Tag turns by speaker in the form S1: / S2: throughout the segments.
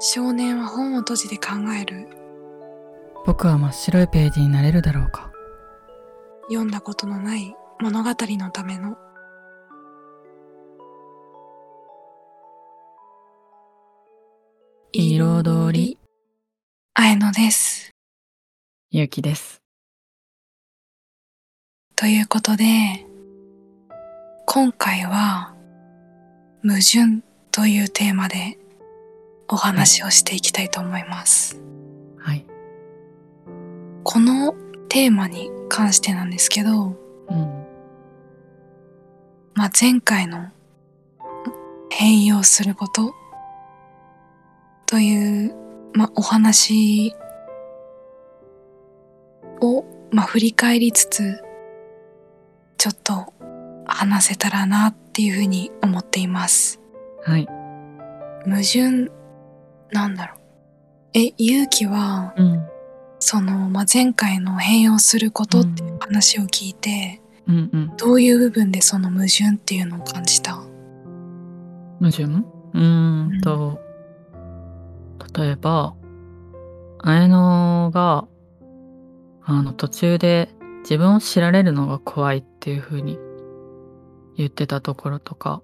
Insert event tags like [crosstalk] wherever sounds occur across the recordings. S1: 少年は本を閉じて考える
S2: 僕は真っ白いページになれるだろうか
S1: 読んだことのない物語のための
S2: 彩り
S1: あえのです
S2: ゆうきです
S1: ということで今回は矛盾というテーマでお話をしていきたいと思います、
S2: はい
S1: このテーマに関してなんですけど、
S2: うん
S1: まあ、前回の変容することという、まあ、お話を、まあ、振り返りつつちょっと話せたらなっていうふうに思っています
S2: はい
S1: 矛盾なんだろうえ勇気は
S2: うん
S1: その、まあ、前回の変容することっていう話を聞いて、
S2: うんうん
S1: どういう部分でその矛盾っていうのを感じた
S2: 矛盾うーんと、例えば綾乃があの途中で自分を知られるのが怖いっていう風に言ってたところとか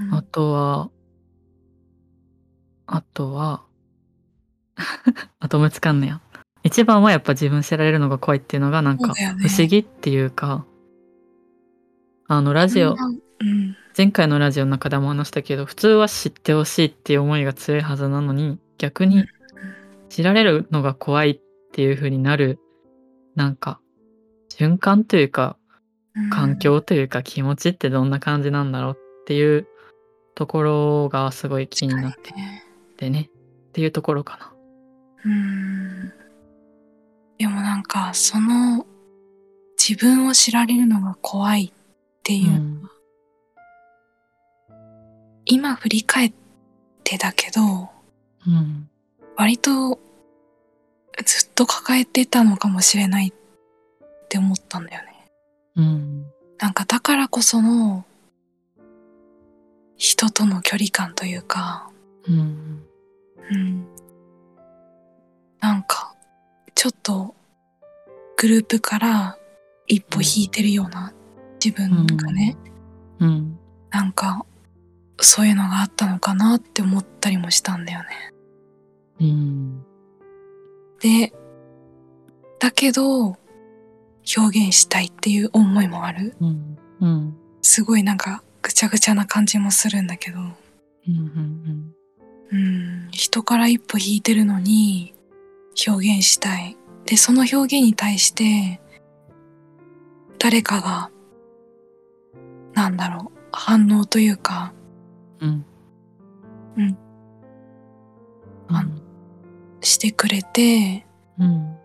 S1: うん
S2: あとはあとは [laughs] あと思いつかんのや一番はやっぱ自分知られるのが怖いっていうのがなん
S1: そ
S2: か
S1: うだよね
S2: 不思議っていうかあのラジオ、
S1: うん、
S2: 前回のラジオの中でも話したけど普通は知ってほしいっていう思いが強いはずなのに逆に知られるのが怖いっていう風になるなんか循環というか
S1: うん
S2: 環境というか気持ちってどんな感じなんだろうっていうところがすごい気になっ
S1: 確かにね
S2: てねっていうところかな。
S1: うんでもなんかその自分を知られるのが怖いっていう、
S2: うん
S1: 今振り返ってだけど
S2: うん
S1: 割とずっと抱えてたのかもしれないって思ったんだよね
S2: うん
S1: なんかだからこその人との距離感というか
S2: うん
S1: うんなんか、ちょっと、グループから一歩引いてるような自分がね、
S2: うん
S1: なんか、そういうのがあったのかなって思ったりもしたんだよね。
S2: うん
S1: で、だけど、表現したいっていう思いもある。
S2: うんうん
S1: すごいなんか、ぐちゃぐちゃな感じもするんだけど、
S2: うん
S1: うん、人から一歩引いてるのに表現したい。で、その表現に対して誰かが、なんだろう、反応というか、
S2: うん
S1: うんあのしてくれて、
S2: うん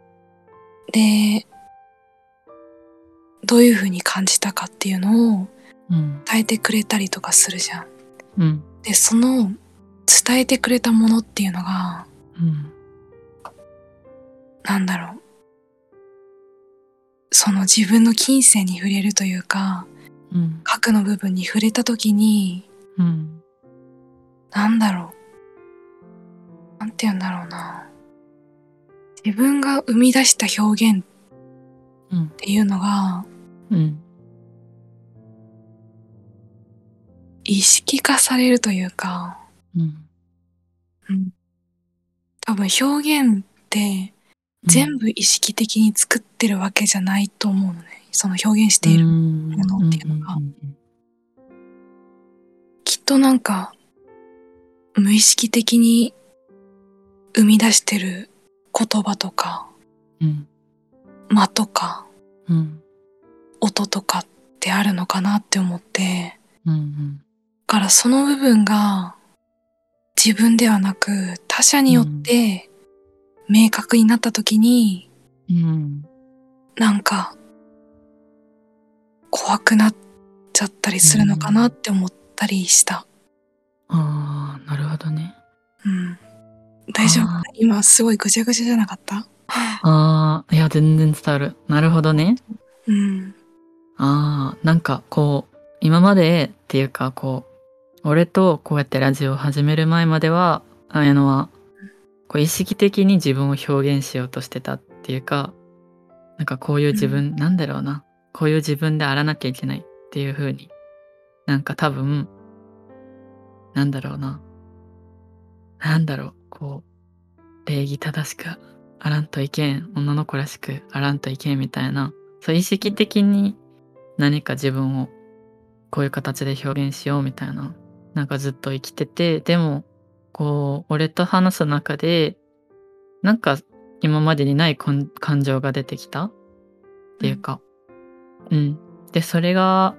S1: で、どういう風に感じたかっていうのを
S2: うん
S1: 伝えてくれたりとかするじゃん。
S2: うん
S1: で、その伝えてくれたものっていうのが、
S2: うん
S1: なんだろう。その自分の金銭に触れるというか、
S2: うん
S1: 核の部分に触れた時に、
S2: うん
S1: なんだろう。なんて言うんだろうな。自分が生み出した表現
S2: うん
S1: っていうのが、
S2: うん
S1: 意識化されるというか、
S2: うん
S1: 多分表現って全部意識的に作ってるわけじゃないと思うのね。その表現している。
S2: も
S1: のっていうのがきっとなんか無意識的に生み出してる言葉とか
S2: うん
S1: 間とか
S2: うん
S1: 音とかってあるのかなって思って
S2: うんうん
S1: だからその部分が自分ではなく他者によって明確になった時に
S2: うん
S1: なんか怖くなっちゃったりするのかなって思ったりした。
S2: ああなるほどね
S1: うん、大丈夫かな今すごいぐちゃぐちゃじゃなかった
S2: ああいや全然伝わるなるほどね
S1: うん
S2: ああなんかこう今までっていうかこう俺とこうやってラジオを始める前までは綾乃はこう意識的に自分を表現しようとしてたっていうかなんかこういう自分、なんだろうなこういう自分であらなきゃいけないっていう風になんか多分なんだろうななんだろうこう礼儀正しくあらんといけん女の子らしくあらんといけんみたいなそう意識的に何か自分をこういう形で表現しようみたいななんかずっと生きててでもこう俺と話す中でなんか今までにないこん感情が出てきたっていうか、うんでそれが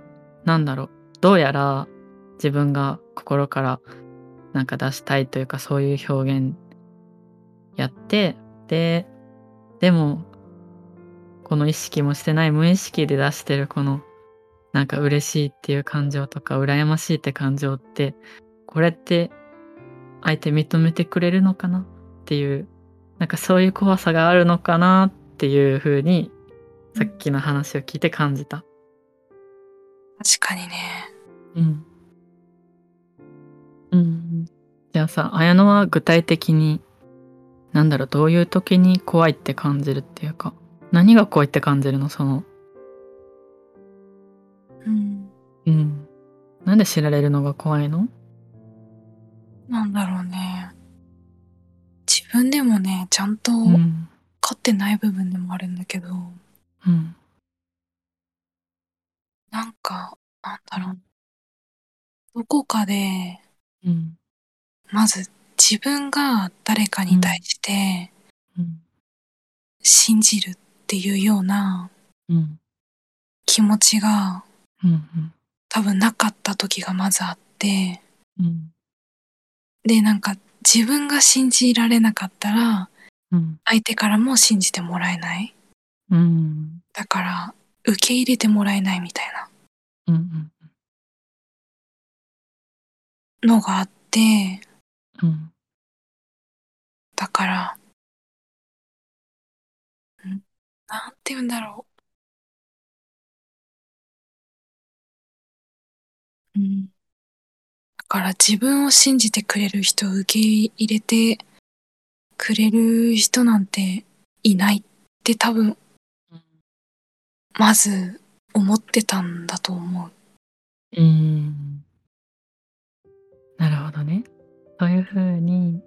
S2: なんだろうどうやら自分が心からなんか出したいというかそういう表現やってででもこの意識もしてない無意識で出してるこのなんか嬉しいっていう感情とか羨ましいって感情ってこれって相手認めてくれるのかなっていうなんかそういう怖さがあるのかなっていう風にさっきの話を聞いて感じた。
S1: 確かにね。
S2: うん。うん。じゃあさ、綾乃は具体的に、なんだろう、どういう時に怖いって感じるっていうか、何が怖いって感じるのその、
S1: うん。
S2: うん。なんで知られるのが怖いの
S1: なんだろうね。自分でもね、ちゃんと
S2: う
S1: 分
S2: ん。
S1: かってない部分でもあるんだけど、
S2: うん。
S1: なんか、なんだろう。どこかで、
S2: うん。
S1: まず自分が誰かに対して
S2: うん。
S1: 信じるっていうような
S2: うん。
S1: 気持ちが
S2: うん。
S1: 多分なかった時がまずあって、
S2: うん。
S1: で、なんか自分が信じられなかったら、
S2: うん。
S1: 相手からも信じてもらえない。
S2: うん。
S1: だから、受け入れてもらえないみたいな
S2: うん。
S1: のがあって、
S2: うん。
S1: だから、んなんて言うんだろう。うん。だから自分を信じてくれる人、受け入れてくれる人なんていないって多分、まず思ってたんだと思う。
S2: うーんなるほどね。そういうふうに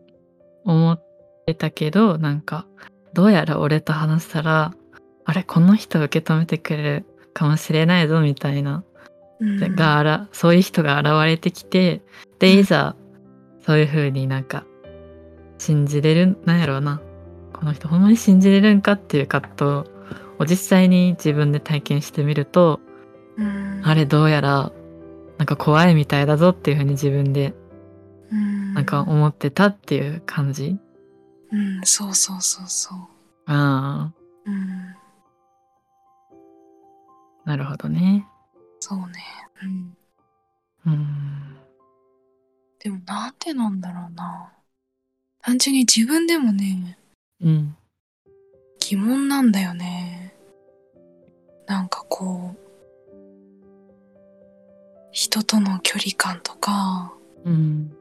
S2: 思ってたけどなんかどうやら俺と話したらあれこの人受け止めてくれるかもしれないぞみたいな、
S1: うん、
S2: があらそういう人が現れてきてでいざそういうふうになんか信じれるなんやろうなこの人ほんまに信じれるんかっていう葛藤を実際に自分で体験してみると
S1: うん、
S2: あれどうやらなんか怖いみたいだぞっていうふうに自分で
S1: うん、
S2: なんか思ってたっていう感じ、
S1: うん、そうそうそうそう。
S2: あ
S1: うん、
S2: あなるほどね
S1: そうね。うん。
S2: うん
S1: でもなんでなんだろうな。単純に自分でもね、
S2: うん
S1: 疑問なんだよね。なんかこう、人との距離感とか、
S2: うん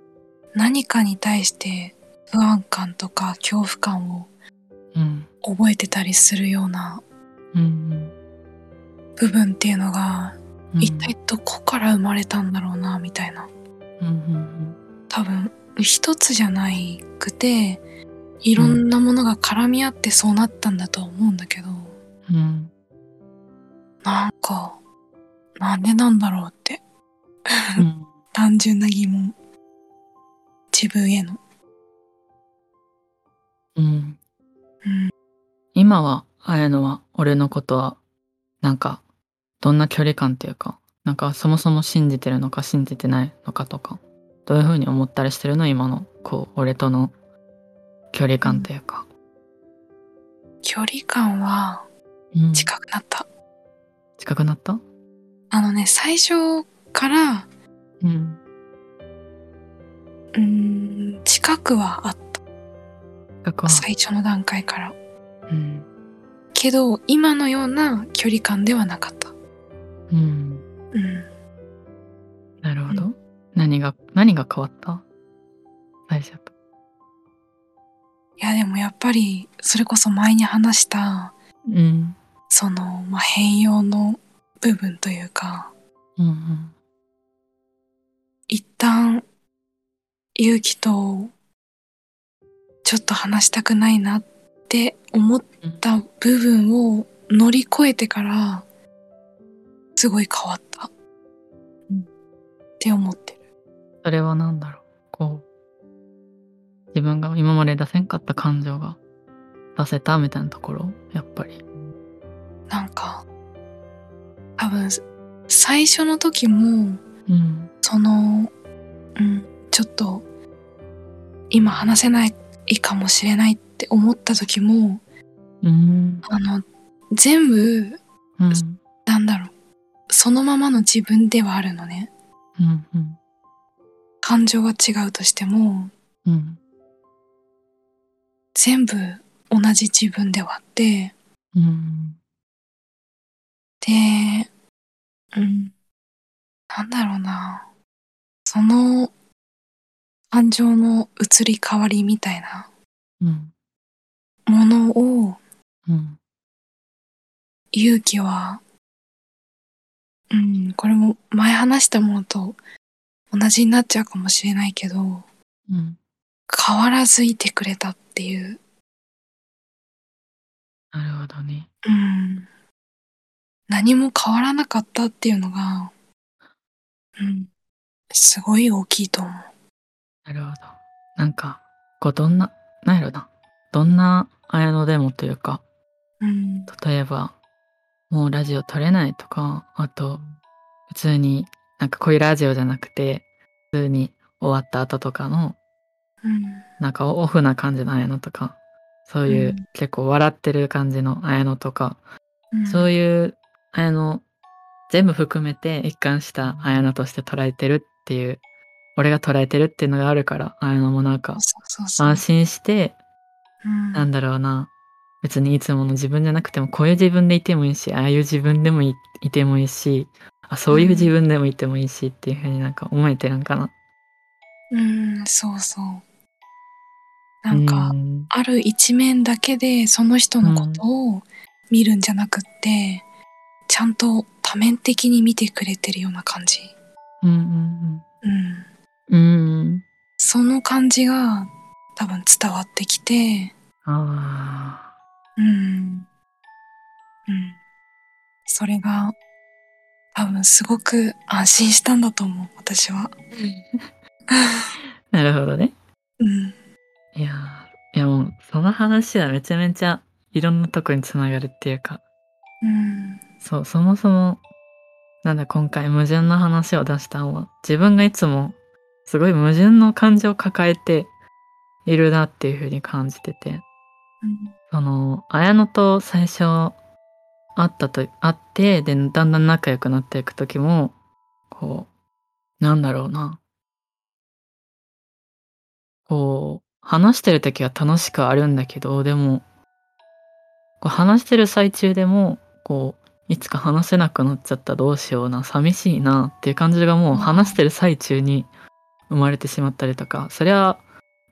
S1: 何かに対して不安感とか恐怖感を
S2: うん
S1: 覚えてたりするような
S2: うん
S1: 部分っていうのが、
S2: うん
S1: 一体どこから生まれたんだろうな、みたいな。
S2: うんうん
S1: 多分一つじゃないくていろんなものが絡み合ってそうなったんだと思うんだけど、
S2: うんうん
S1: なんかなんでなんだろうって
S2: うん
S1: 単純な疑問自分への
S2: うん
S1: うん
S2: 今は綾乃は俺のことはなんかどんな距離感っていうかなんかそもそも信じてるのか信じてないのかとかどういうふうに思ったりしてるの今のこう俺との距離感というか、
S1: 距離感は
S2: うん
S1: 近くなった、
S2: 近くなった
S1: あのね最初から
S2: うん
S1: うーん近くはあっ
S2: 近く
S1: た
S2: は
S1: 最初の段階から
S2: うん
S1: けど今のような距離感ではなかった
S2: うん
S1: うん
S2: なるほ
S1: う
S2: ど何が何が変わった最初と
S1: いやでもやっぱりそれこそ前に話した
S2: うん
S1: その、まあ、変容の部分というか
S2: うん
S1: 一旦勇気とちょっと話したくないなって思った部分を乗り越えてからすごい変わった、
S2: うん
S1: って思ってる。
S2: それは何だろうこう自分が今まで出せんかった感情が出せたみたいなところやっぱり
S1: なんか多分最初の時も
S2: うん
S1: そのうんちょっと今話せないかもしれないって思った時も
S2: うん
S1: あの全部
S2: うん
S1: なんだろうそのままの自分ではあるのね
S2: うんうん
S1: 感情は違うとしても
S2: うん
S1: 全部同じ自分ではあって
S2: うん
S1: でうんなんだろうなその感情の移り変わりみたいな
S2: うん
S1: ものを
S2: うん
S1: 勇気はうんこれも前話したものと同じになっちゃうかもしれないけど
S2: うん
S1: 変わらずいてくれたっていう
S2: なるほどね
S1: うん、何も変わらなかったっていうのが、うん、すごい大きいと思う。
S2: なるほどなんかこうどんななんやろなどんな綾野でもというか
S1: うん、
S2: 例えばもうラジオ撮れないとかあと普通になんかこういうラジオじゃなくて普通に終わった後とかの
S1: うん、
S2: なんかオフな感じの綾野とかそういう、
S1: うん
S2: 結構笑ってる感じの綾野とか、
S1: うん、
S2: そういう綾野全部含めて一貫した綾野として捉えてるっていう俺が捉えてるっていうのがあるから綾野もなんか
S1: そうそうそう
S2: 安心して
S1: うん
S2: なんだろうな別にいつもの自分じゃなくてもこういう自分でいてもいいしああいう自分でもいいてもいいしあそういう自分でもいてもいいしっていうふうになんか思えてるんかな。
S1: うん、そうそう。なんか、
S2: うん
S1: ある一面だけでその人のことを見るんじゃなくって、ちゃんと多面的に見てくれてるような感じ。
S2: うんうん
S1: うん、
S2: うんうん
S1: その感じが多分伝わってきて、
S2: あ
S1: うん。うん。それが、多分すごく安心したんだと思う、私は。
S2: ーなるほどね。
S1: うん。
S2: いやーいやもうその話はめちゃめちゃいろんなとこにつながるっていうか
S1: うん。
S2: そうそもそもなんだ今回矛盾の話を出したのは自分がいつもすごい矛盾の感情を抱えているなっていうふうに感じてて
S1: うん。
S2: その綾乃と最初会ったと会ってでだんだん仲良くなっていく時もこうなんだろうなこう話してる時は楽しくあるんだけどでもこう話してる最中でもこういつか話せなくなっちゃったどうしような寂しいなっていう感じがもう話してる最中に生まれてしまったりとかそれは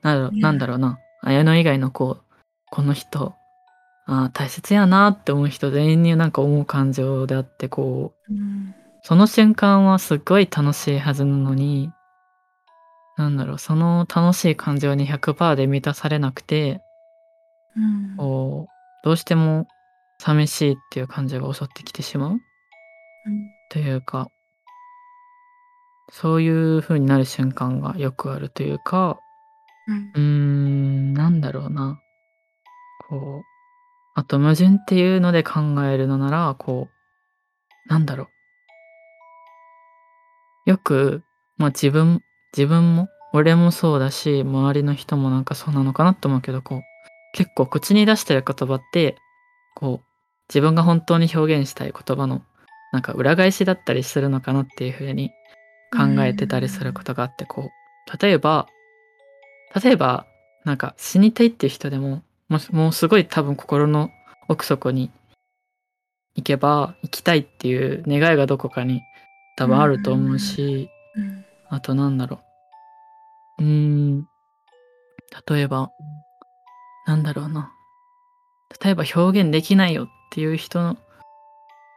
S2: なんだろう
S1: うん
S2: なんだろうな綾乃以外のこうこの人あー大切やなって思う人全員になんか思う感情であってこう
S1: うん。
S2: その瞬間はすっごい楽しいはずなのに、なんだろう、その楽しい感情に100%で満たされなくて、
S1: うん。
S2: こう、どうしても寂しいっていう感情が襲ってきてしまう
S1: うん
S2: というか、そういう風になる瞬間がよくあるというか、
S1: うん
S2: うーん、なんだろうな。こう、あと矛盾っていうので考えるのなら、こう、なんだろう。よく、まあ自分、自分も、俺もそうだし、周りの人もなんかそうなのかなと思うけど、こう、結構口に出してる言葉って、こう、自分が本当に表現したい言葉の、なんか裏返しだったりするのかなっていうふうに考えてたりすることがあって、こう、例えば、例えばなんか死にたいっていう人でももうもうすごい多分心の奥底に行けば行きたいっていう願いがどこかに多分あると思うし、
S1: うん
S2: あとなんだろううーん例えばなんだろうな。例えば表現できないよっていう人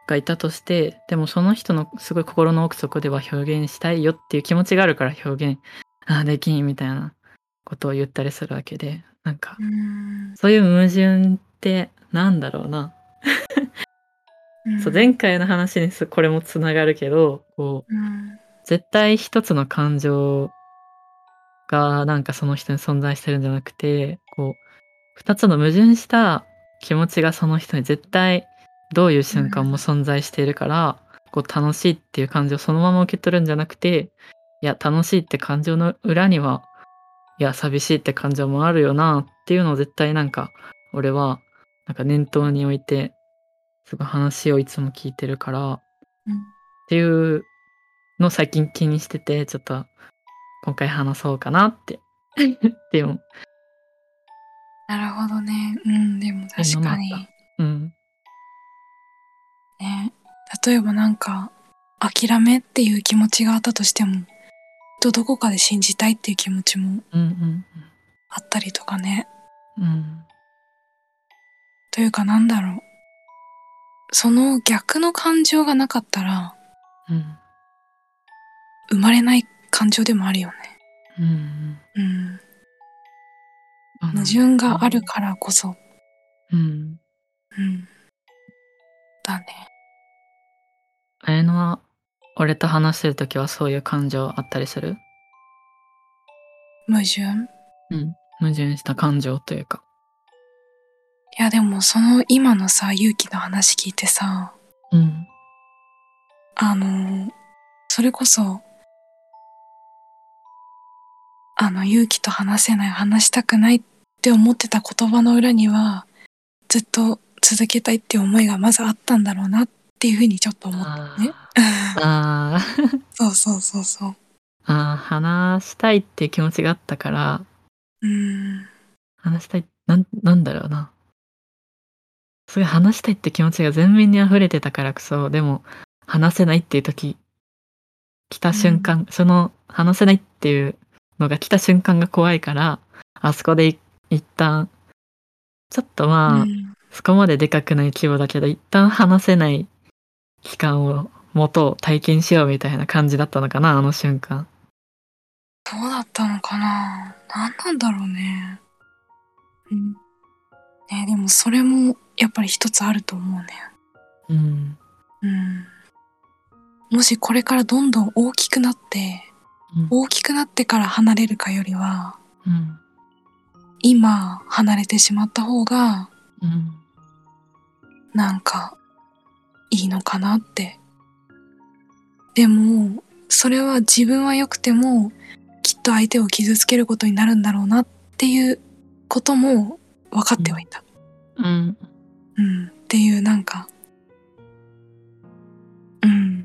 S2: がいたとして、でもその人のすごい心の奥底では表現したいよっていう気持ちがあるから表現、ああ、できんみたいなことを言ったりするわけで、なんか、
S1: うん
S2: そういう矛盾ってなんだろうな。そう、前回の話にすこれもつながるけど、こう、
S1: うん
S2: 絶対一つの感情がなんかその人に存在してるんじゃなくてこう二つの矛盾した気持ちがその人に絶対どういう瞬間も存在しているから、こう楽しいっていう感情をそのまま受け取るんじゃなくていや楽しいって感情の裏にはいや寂しいって感情もあるよなっていうのを絶対なんか俺はなんか念頭に置いてすごい話をいつも聞いてるから
S1: うん
S2: っていうのを最近気にしててちょっと今回話そうかな [laughs] ってでも
S1: なるほどね。うん、でも確かに
S2: そんなのあっ。うん
S1: ね。例えばなんか、諦めっていう気持ちがあったとしても、とどこかで信じたいっていう気持ちも
S2: うんうん
S1: あったりとかね。
S2: うんうん
S1: というかなんだろう。その逆の感情がなかったら、
S2: うん
S1: 生まれない感情でもあるよね。
S2: うん
S1: うん。
S2: うん
S1: 矛盾があるからこそ。
S2: うん
S1: うん。だね。
S2: あやのは俺と話してる時はそういう感情あったりする
S1: 矛盾
S2: うん矛盾した感情というか
S1: いやでもその今のさ、勇気の話聞いてさ、
S2: うん
S1: あの、それこそ、あの、勇気と話せない、話したくないって思ってた言葉の裏には、ずっと続けたいっていう思いがまずあったんだろうなっていうふうにちょっと思った。
S2: あ
S1: ね
S2: ーあー
S1: そうそうそうそう。
S2: あー話したいっていう気持ちがあったから
S1: うん。
S2: 話したいなんなんだろうなすごい話したいって気持ちが全面に溢れてたからこそでも話せないっていう時来た瞬間、その話せないっていうのが来た瞬間が怖いからあそこでい一旦ちょっとまあ、
S1: うん
S2: そこまででかくない規模だけど一旦話せない期間を持とう体験しようみたいな感じだったのかなあの瞬間
S1: どうだったのかな何なんだろうね。うん。ねでもそれもやっぱり一つあると思うね。
S2: うん
S1: うん。もしこれからどんどん大きくなって、
S2: うん
S1: 大きくなってから離れるかよりは、
S2: うん
S1: 今離れてしまった方が、
S2: うん
S1: なんか、いいのかなって。でも、それは自分は良くても、きっと相手を傷つけることになるんだろうなっていうことも分かってはいた。
S2: うん
S1: うん。っていう、なんか、うん。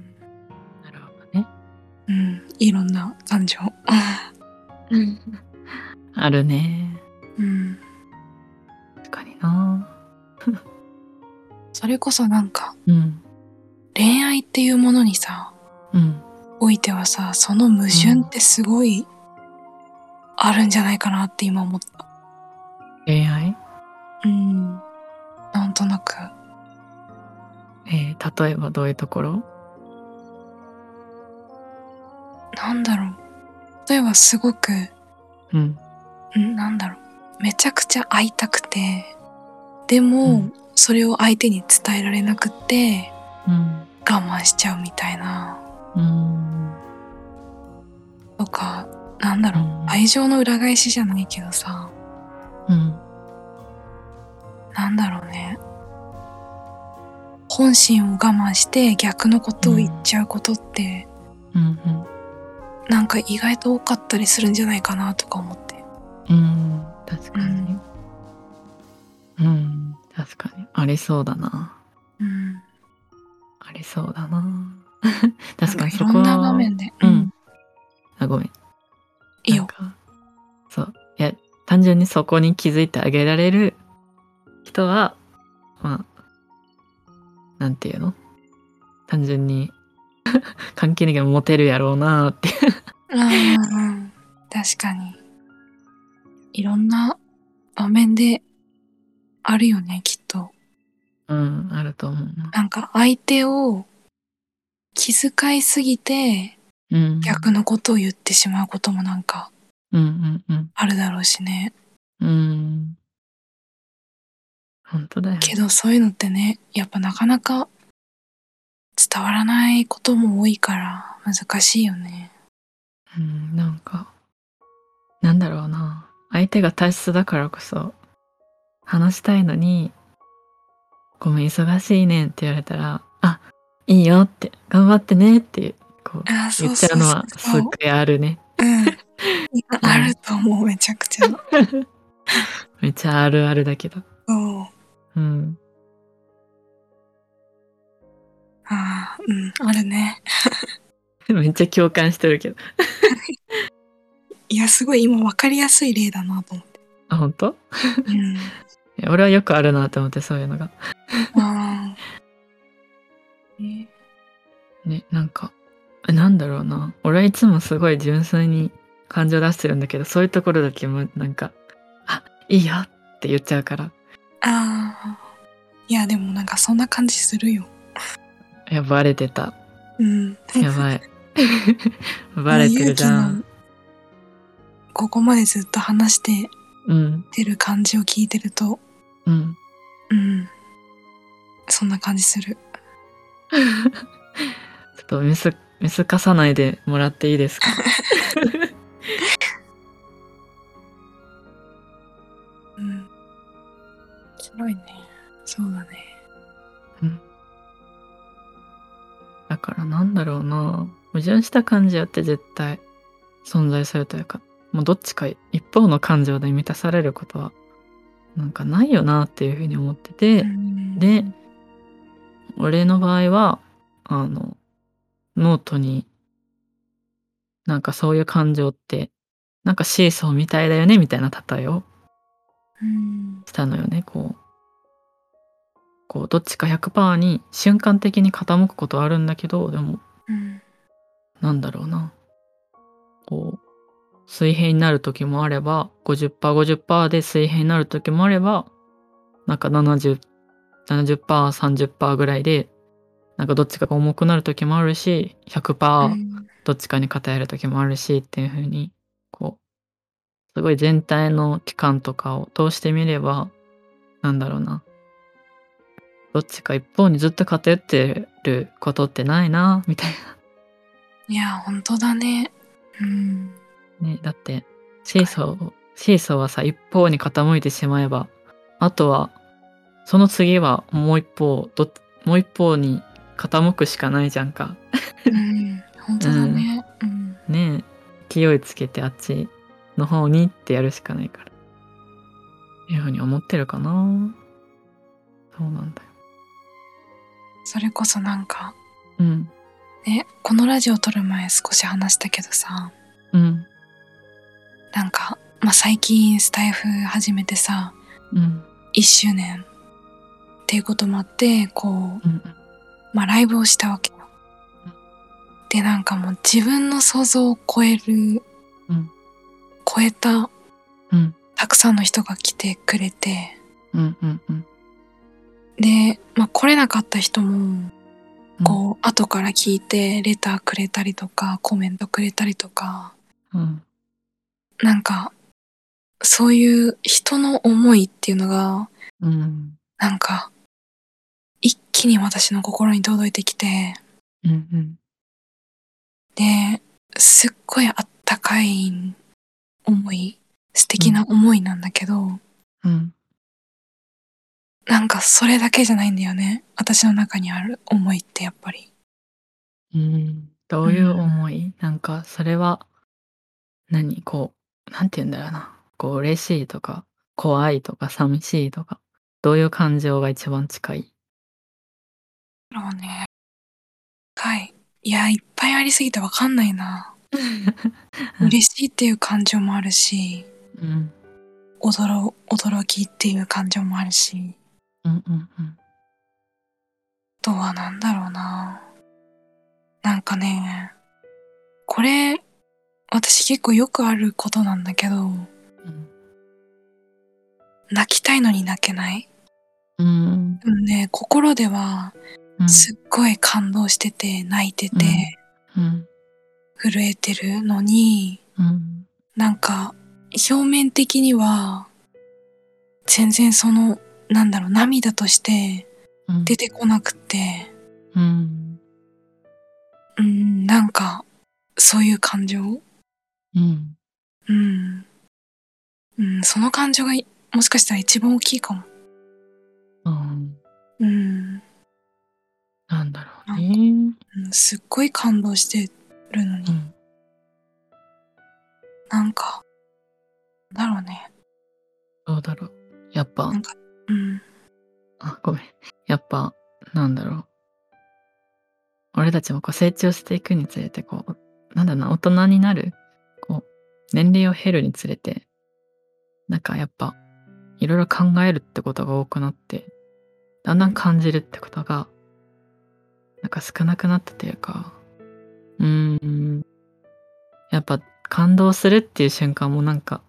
S2: なるほどね
S1: うん。いろんな感情。
S2: あるね
S1: うん。
S2: 確かにな
S1: それこそなんか、
S2: うん
S1: 恋愛っていうものにさ、
S2: うん
S1: おいてはさ、その矛盾ってすごい、あるんじゃないかなって今思った。
S2: 恋愛
S1: うん。なんとなく。
S2: えー例えばどういうところ
S1: なんだろう。例えばすごく、
S2: うん
S1: うんなんだろう。めちゃくちゃ会いたくて、でも、
S2: うん
S1: それを相手に伝えられなくて、
S2: うん
S1: 我慢しちゃうみたいな。
S2: うん
S1: とか、なんだろう。
S2: うん
S1: 愛情の裏返しじゃないけどさ、
S2: うん
S1: なんだろうね。本心を我慢して逆のことを言っちゃうことって、
S2: うん
S1: なんか意外と多かったりするんじゃないかなとか思って。
S2: うんうん確かにうん確かにありそうだな
S1: うん。
S2: ありそうだな [laughs] 確かに
S1: い
S2: そ
S1: ろ
S2: こ
S1: んな場
S2: は
S1: 面で。
S2: うん。あごめん
S1: いい
S2: な
S1: よ
S2: ん。かそういや単純にそこに気づいてあげられる人はまあなんていうの単純に [laughs] 関係なきゃモテるやろうなって
S1: うんうんうん確かにいろんな場面であるよねきっと
S2: うん、あると思うな。
S1: なんか相手を気遣いすぎて
S2: うん。
S1: 逆のことを言ってしまうこともなんか
S2: うんうん
S1: あるだろうしね
S2: うん。うん。本当だよね。
S1: けどそういうのってねやっぱなかなか伝わらないことも多いから難しいよね
S2: うん、なんか、なんだろうな。相手が体質だからこそ、話したいのに、ごめん、忙しいねんって言われたら、あ、いいよって、頑張ってねっていう、こう、
S1: あーそ
S2: 言
S1: う
S2: っ
S1: そ
S2: ち
S1: う
S2: ゃうのはす
S1: そ
S2: っ
S1: う
S2: ごいあるね。
S1: うんいやあると思うめちゃくちゃ
S2: めっちゃあるあるだけど。
S1: そう
S2: うん。
S1: ああうんあるね
S2: めっちゃ共感してるけど。
S1: いやすごい今分かりやすい例だなと思って
S2: あ、本当？
S1: うん
S2: いや俺はよくあるなって思って、そういうのが。
S1: あーね
S2: ね、なんか、えなんだろうな。俺はいつもすごい純粋に感情出してるんだけど、そういうところだけも、なんか、あ、いいよって言っちゃうから、
S1: ああいやでもなんかそんな感じするよ
S2: いや、バレてた。
S1: うん
S2: やばい。バレてるじゃ
S1: 勇
S2: ん。
S1: 気のここまでずっと話して
S2: うん、
S1: てる感じを聞いてると
S2: うん。
S1: うんそんな感じする
S2: ちょっとミス、ミスかさないでもらっていいですか
S1: うん面白いねそうだね
S2: だからなんだろうな。矛盾した感情って絶対存在するというか、もうどっちか一方の感情で満たされることは、なんかないよなっていうふうに思ってて、
S1: うん
S2: で俺の場合はあのノートになんかそういう感情ってなんかシーソーみたいだよねみたいな例えを
S1: うん
S2: したのよねこうこうどっちか100%に瞬間的に傾くことはあるんだけどでも
S1: うん
S2: なんだろうなこう水平になる時もあれば 50%50% で水平になる時もあればなんか 70%70%30% ぐらいでなんかどっちかが重くなる時もあるし
S1: う
S2: 100%
S1: ん
S2: どっちかに偏る時もあるしっていう風にこうすごい全体の期間とかを通してみればなんだろうなどっちか一方にずっと偏ってることってないなみたいな。
S1: いや本当だねうん
S2: ね、だってシーソーシーソーはさ一方に傾いてしまえばあとはその次はもう一方どっもう一方に傾くしかないじゃんか
S1: うん本当だね。うん。
S2: ねえ勢いつけてあっちの方にってやるしかないからいうふうに思ってるかなそうなんだよ
S1: それこそなんか、
S2: うん
S1: ね、このラジオ撮る前少し話したけどさ、
S2: うん
S1: なんか、まあ、最近スタイフ始めてさ、
S2: うん
S1: 1周年っていうこともあって、こう、
S2: うん
S1: まあ、ライブをしたわけよ。で、なんかもう自分の想像を超える、
S2: うん
S1: 超えた、
S2: うん
S1: たくさんの人が来てくれて、
S2: うんうんうん
S1: で、まあ、来れなかった人も、こう、後から聞いてレターくれたりとかコメントくれたりとか
S2: うん
S1: なんかそういう人の思いっていうのが
S2: うん
S1: なんか一気に私の心に届いてきて
S2: うんうん
S1: ですっごいあったかい思い素敵な思いなんだけど、
S2: うん
S1: なんかそれだけじゃないんだよね私の中にある思いってやっぱり
S2: うん、どういう思い、なんかそれは何こうなんて言うんだろうなこう嬉しいとか怖いとか寂しいとかどういう感情が一番近い
S1: だろうねはいいやいっぱいありすぎてわかんないな
S2: [laughs] うん
S1: 嬉しいっていう感情もあるし
S2: うん
S1: 驚驚きっていう感情もあるし
S2: うんうんうん
S1: あとは何だろうななんかねこれ私結構よくあることなんだけど
S2: うん
S1: 泣きたいのに泣けない
S2: うん
S1: でもね心では
S2: うん
S1: すっごい感動してて泣いてて
S2: うん
S1: 震えてるのに
S2: うん
S1: なんか表面的には全然そのなんだろう涙として
S2: うん
S1: 出てこなくて
S2: うん
S1: うんなんかそういう感情
S2: うん
S1: うん、うん、その感情がいもしかしたら一番大きいかも
S2: うん
S1: うん、
S2: なんだろうね
S1: うんすっごい感動してるのに、
S2: うん
S1: なんかなんだろうね
S2: どうだろうやっぱ
S1: なんかうん
S2: あごめんやっぱなんだろう俺たちもこう成長していくにつれてこうなんだろうな大人になるこう年齢を経るにつれてなんかやっぱいろいろ考えるってことが多くなってだんだん感じるってことがなんか少なくなったというかうーんやっぱ感動するっていう瞬間もなんか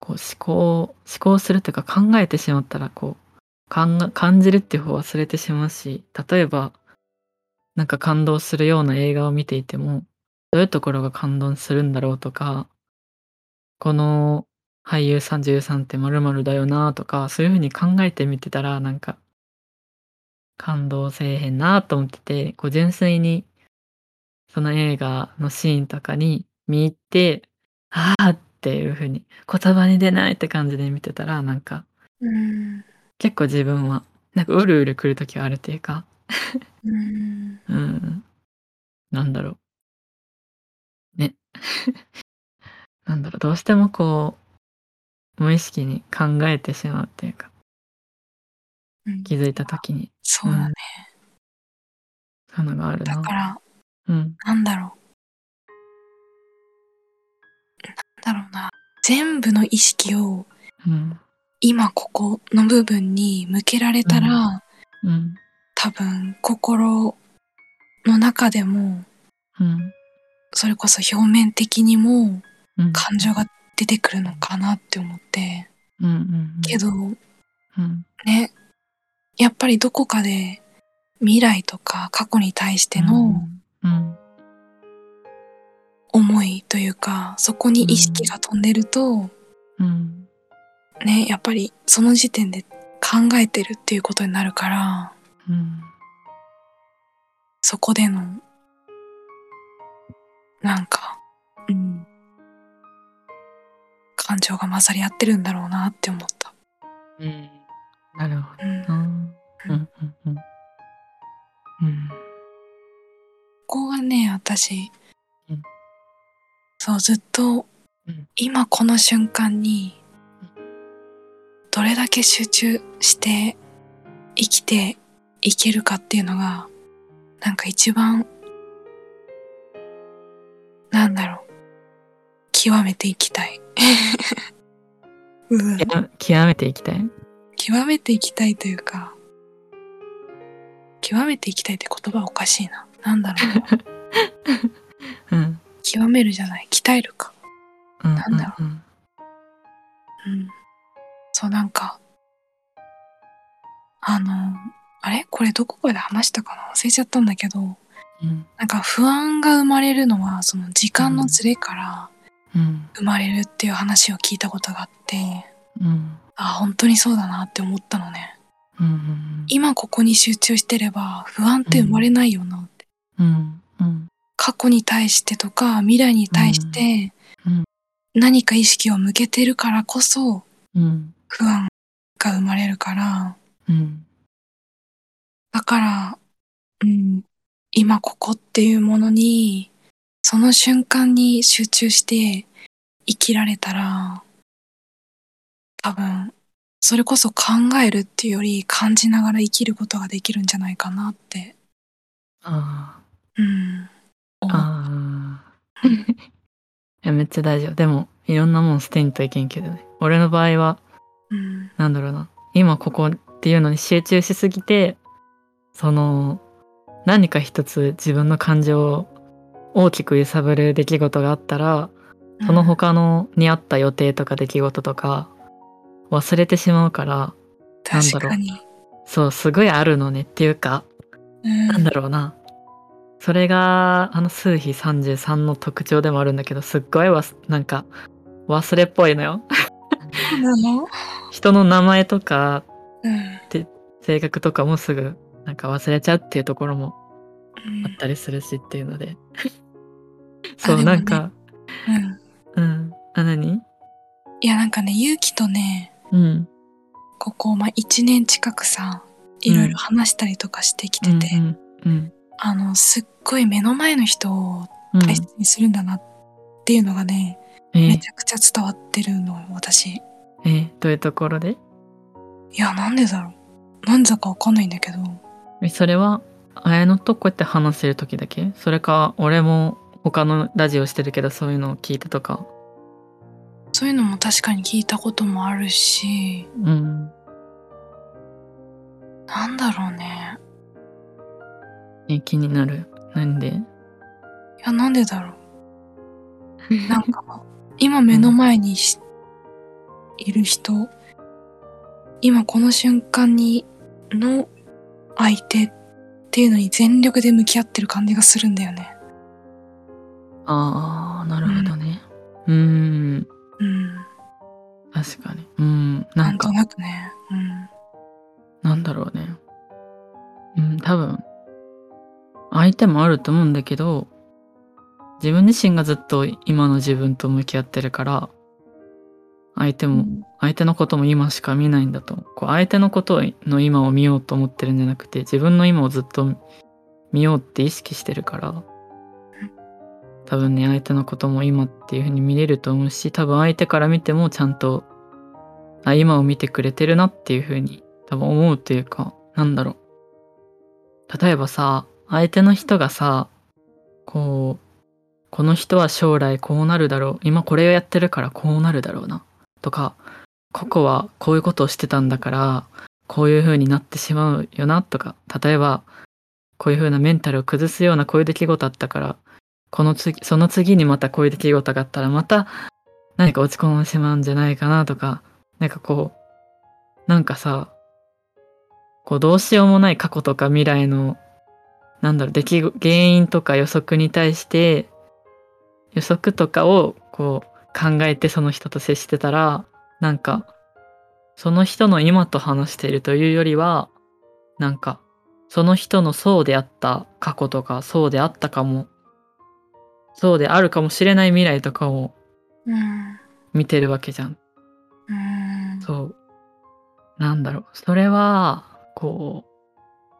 S2: こう思考思考するというか考えてしまったらこう感が感じるっていう方を忘れてしまうし例えばなんか感動するような映画を見ていてもどういうところが感動するんだろうとかこの俳優さん女優さんってまるだよなとかそういうふうに考えてみてたらなんか感動せえへんなと思っててこう純粋にその映画のシーンとかに見入ってああっていうふうに言葉に出ないって感じで見てたらなんか
S1: うん
S2: 結構自分はなんかうるうるくる時はあるっていうか
S1: うん
S2: うんなんだろうね [laughs] なんだろうどうしてもこう無意識に考えてしまうっていうか
S1: うん
S2: 気づいた時に
S1: そうだね、
S2: そういうのがあるな
S1: だから
S2: うん
S1: なんだろうなんだろうな全部の意識を
S2: うん
S1: 今ここの部分に向けられたら、
S2: うん
S1: 多分心の中でも
S2: うん
S1: それこそ表面的にも
S2: うん
S1: 感情が出てくるのかなって思って
S2: うんうん
S1: けど
S2: うん
S1: ねやっぱりどこかで未来とか過去に対しての
S2: うん
S1: 思いというかそこに意識が飛んでると
S2: うん
S1: ねやっぱりその時点で考えてるっていうことになるから
S2: うん
S1: そこでのなんか、うん、感情が混ざり合ってるんだろうなって思った。
S2: うんなるほど
S1: うん
S2: なうんうんうんうん
S1: ここがね私、
S2: うん
S1: そうずっと、
S2: うん
S1: 今この瞬間にどれだけ集中して生きていけるかっていうのがなんか一番なんだろう極めていきたい、うん、
S2: 極極めていきたい
S1: [laughs] 極めていきたいというか極めていきたいって言葉おかしいななんだろう
S2: うん
S1: 極めるじゃない鍛えるか
S2: うん
S1: なんだ
S2: ろうん
S1: うんそうなんかあのあれこれどこかで話したかな忘れちゃったんだけど
S2: うん
S1: なんか不安が生まれるのはその時間のずれから
S2: うん
S1: 生まれるっていう話を聞いたことがあって
S2: うん
S1: あ本当にそうだなって思ったのね
S2: うん
S1: 今ここに集中してれば不安って生まれないよなって、
S2: うんうん
S1: 過去に対してとか未来に対して
S2: うんうん
S1: 何か意識を向けてるからこそ
S2: うん
S1: 不安が生まれるから
S2: うん
S1: だから、うん、今ここっていうものにその瞬間に集中して生きられたら多分それこそ考えるっていうより感じながら生きることができるんじゃないかなって、
S2: あ
S1: うん、
S2: ー
S1: 思う
S2: あーいやめっちゃ大丈夫でもいろんなもん捨てんといけんけどね俺の場合は
S1: うん
S2: なんだろうな今ここっていうのに集中しすぎてその何か一つ自分の感情を大きく揺さぶる出来事があったらその他のにあった予定とか出来事とか忘れてしまうからなんだ
S1: 確
S2: ろう
S1: かに。
S2: そうすごいあるのねっていうか
S1: うん
S2: なんだろうなそれがあの数比33の特徴でもあるんだけどすっごいわすなんか忘れっぽいのよ [laughs]
S1: そうなの
S2: 人の名前とか
S1: うん。
S2: 性格とかもすぐなんか忘れちゃうっていうところも
S1: うん
S2: あったりするしっていうので
S1: [laughs] あで
S2: そう、
S1: もね
S2: なんか
S1: うん。
S2: うんあ何
S1: いや、なんかね、勇気とね、
S2: うん
S1: ここ、まあ、1年近くさ、いろいろ話したりとかしてきてて、
S2: うんうん
S1: あの、すっごい目の前の人を
S2: うん
S1: 大切にするんだなっていうのがね、
S2: え
S1: め
S2: え
S1: ちゃくちゃ伝わってるのよ、私。い
S2: ええどういうところで
S1: や、なんでだろう。なんでだかわかんないんだけど。
S2: えそれは綾乃とこうやって話してる時だけそれか俺も他のラジオしてるけどそういうのを聞いたとか
S1: そういうのも確かに聞いたこともあるし、
S2: うん
S1: なんだろうね。
S2: え気になるなんで
S1: いや、なんでだろ
S2: [laughs]
S1: う。なんか、今目の前にしいる人、今この瞬間にの相手っていうのに全力で向き合ってる感じがするんだよね。
S2: ああなるほどねうん
S1: うん。
S2: 確かにうん
S1: な
S2: なん
S1: ん
S2: か
S1: となくね。うん。
S2: なんだろうねうん多分相手もあると思うんだけど自分自身がずっと今の自分と向き合ってるから相手も相手のことも今しか見ないんだとこう相手のことの今を見ようと思ってるんじゃなくて自分の今をずっと見ようって意識してるから多分ね相手のことも今っていう風に見れると思うし多分相手から見てもちゃんとあ今を見てくれてるなっていう風に多分思うというかなんだろう例えばさ相手の人がさこうこの人は将来こうなるだろう今これをやってるからこうなるだろうなとかここはこういうことをしてたんだからこういう風になってしまうよなとか例えばこういう風なメンタルを崩すようなこういう出来事あったからこの次その次にまたこういう出来事があったらまた何か落ち込んでしまうんじゃないかなとかなんかこうなんかさこうどうしようもない過去とか未来のなんだろう出来ご原因とか予測に対して予測とかをこう考えてその人と接してたらなんかその人の今と話しているというよりはなんかその人のそうであった過去とかそうであったかもそうであるかもしれない未来とかを
S1: うん。
S2: 見てるわけじゃん。
S1: うん。
S2: そう。なんだろう。それは、こう、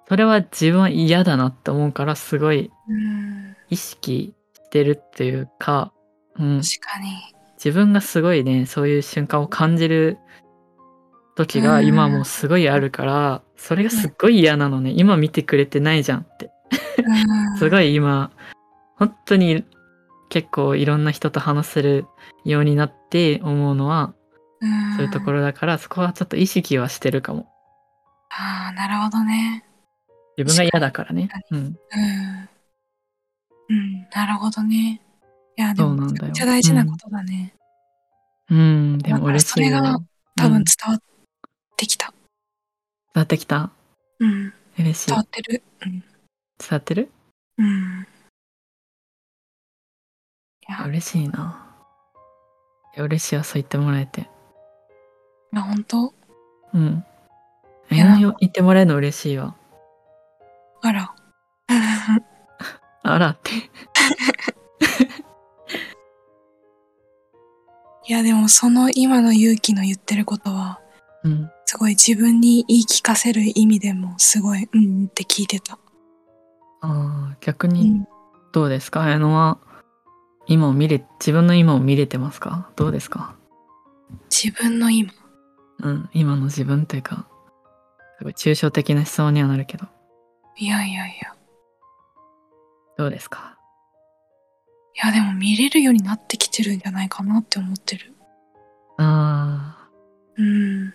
S2: それは自分は嫌だなって思うから、すごい
S1: うん。
S2: 意識してるっていうか、うん、
S1: 確かに。
S2: [laughs] 自分がすごいね、そういう瞬間を感じる時が
S1: うん
S2: 今もすごいあるから、それがすっごい嫌なのね。今見てくれてないじゃんって。
S1: うん
S2: すごい今、本当に結構いろんな人と話せるようになって思うのは、そういうとこ
S1: ろ。
S2: ろだから、そこはちょっと意識はしてるかも。
S1: ああ、なるほどね。
S2: 自分が嫌だからね
S1: 確。
S2: うん。
S1: うん。うん、なるほどね。いや、で
S2: そう
S1: も、め
S2: なん
S1: ち
S2: だよ
S1: ゃくちゃ大事なことだね。
S2: うん、でも嬉しいよ
S1: なん
S2: ね
S1: か。多
S2: うん
S1: 分伝
S2: 伝
S1: わってきた。
S2: わってきた。
S1: うん、
S2: 嬉しい。
S1: 伝わ
S2: 伝
S1: ってる。うん。
S2: わってる
S1: うん。いや、い
S2: 嬉しいな。いや嬉しいわ、そう言ってもらえて。
S1: や本当
S2: うん。え
S1: いやなんか
S2: ー、言ってもらえるの嬉しいわ。
S1: あら。 [laughs]
S2: あらって。
S1: いや、でも、その今の勇気の言ってることは、
S2: うん。
S1: すごい自分に言い聞かせる意味でも、すごい、うんって聞いてた。
S2: ああ、逆
S1: う
S2: に
S1: ん。
S2: どうですか綾乃は、今を見れ、自分の今を見れてますかどうですか
S1: 自分の今。
S2: うん、今の自分というか、すごい抽象的な思想にはなるけど、
S1: いやいやいや。
S2: どうですか
S1: いや、でも見れるようになってきてるんじゃないかなって思ってる。
S2: ああ、
S1: うん。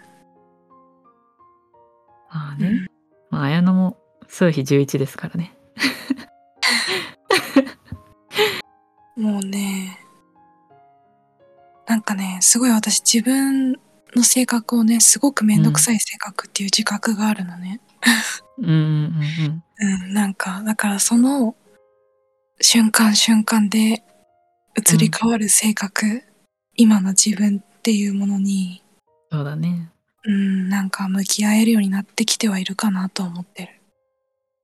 S2: まあ
S1: う
S2: ね
S1: ん。
S2: まあ、綾乃も数比11ですからね。
S1: もうね、なんかね、すごい私自分の性格をねすごく面倒くさい性格っていう自覚があるのね。
S2: うんうんうん
S1: うん、なんかだからその瞬間瞬間で移り変わる性格、今の自分っていうものに、
S2: そうだね
S1: うん、なんか向き合えるようになってきてはいるかなとは思ってる。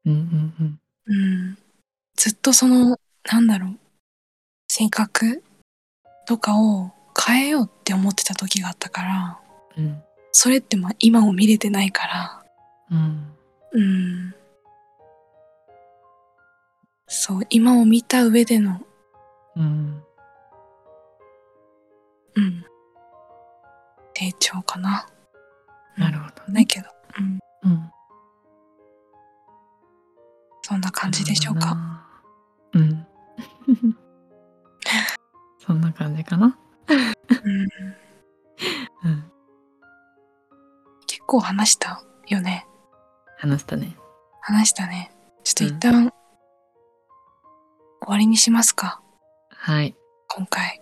S2: うんうんうん
S1: うん、ずっとそのなんだろう性格とかを変えようって思ってた時があったから
S2: うん
S1: それってまあ今を見れてないから
S2: うん
S1: うんそう今を見た上での
S2: うん
S1: うん成長かな
S2: なるほど
S1: ない
S2: ね
S1: けど、うん、
S2: うん
S1: そんな感じでしょうか
S2: かうん [laughs] そんな感じかな
S1: うん
S2: うん
S1: 結構話したよね
S2: 話したね
S1: 話したねちょっと一旦、終わりにしますか
S2: はい
S1: 今回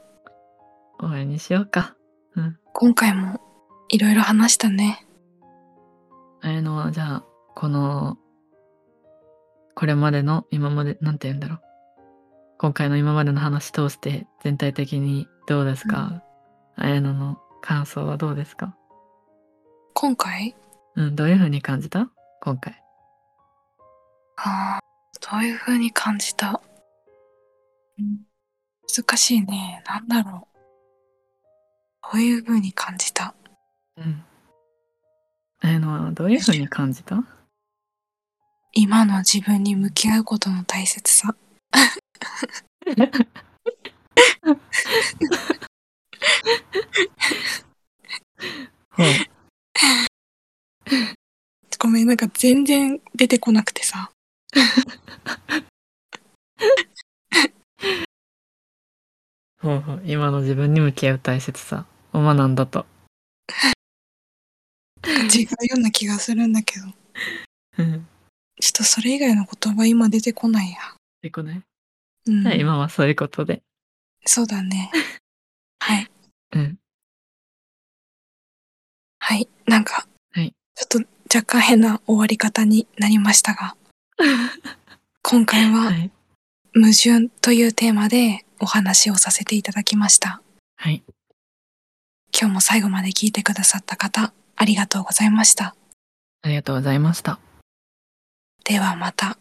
S2: 終わりにしようか
S1: 今回もいろいろ話したね。
S2: あれのはじゃあこのこれまでの今までなんて言うんだろう今回の今までの話通して全体的にどうですか、あやのの感想はどうですか
S1: 今回
S2: うんどういう風に感じた今回
S1: あーどういう風に感じたうん難しいね。なんだろう。どういう風に感じた
S2: うんあやのはどういう風に感
S1: [laughs]
S2: じた
S1: 今の自分に向き合うことの大切さ。
S2: ほう
S1: ごめん、なんか全然出てこなくてさ。
S2: ほうほう今の自分に向き合う大切さを学んだと
S1: なんか違うような気がするんだけど。
S2: うん
S1: ちょっとそれ以外の言葉今出てこないや。
S2: でこない、
S1: うん。
S2: じゃあ今はそういうことで
S1: そうだね。はい。
S2: うん
S1: はい。なんか、
S2: はい
S1: ちょっと若干変な終わり方になりました
S2: [laughs]
S1: が、今回は
S2: は
S1: い矛盾というテーマでお話をさせていただきました。
S2: はい
S1: 今日も最後まで聞いてくださった方、ありがとうございました。
S2: ありがとうございました
S1: ではまた。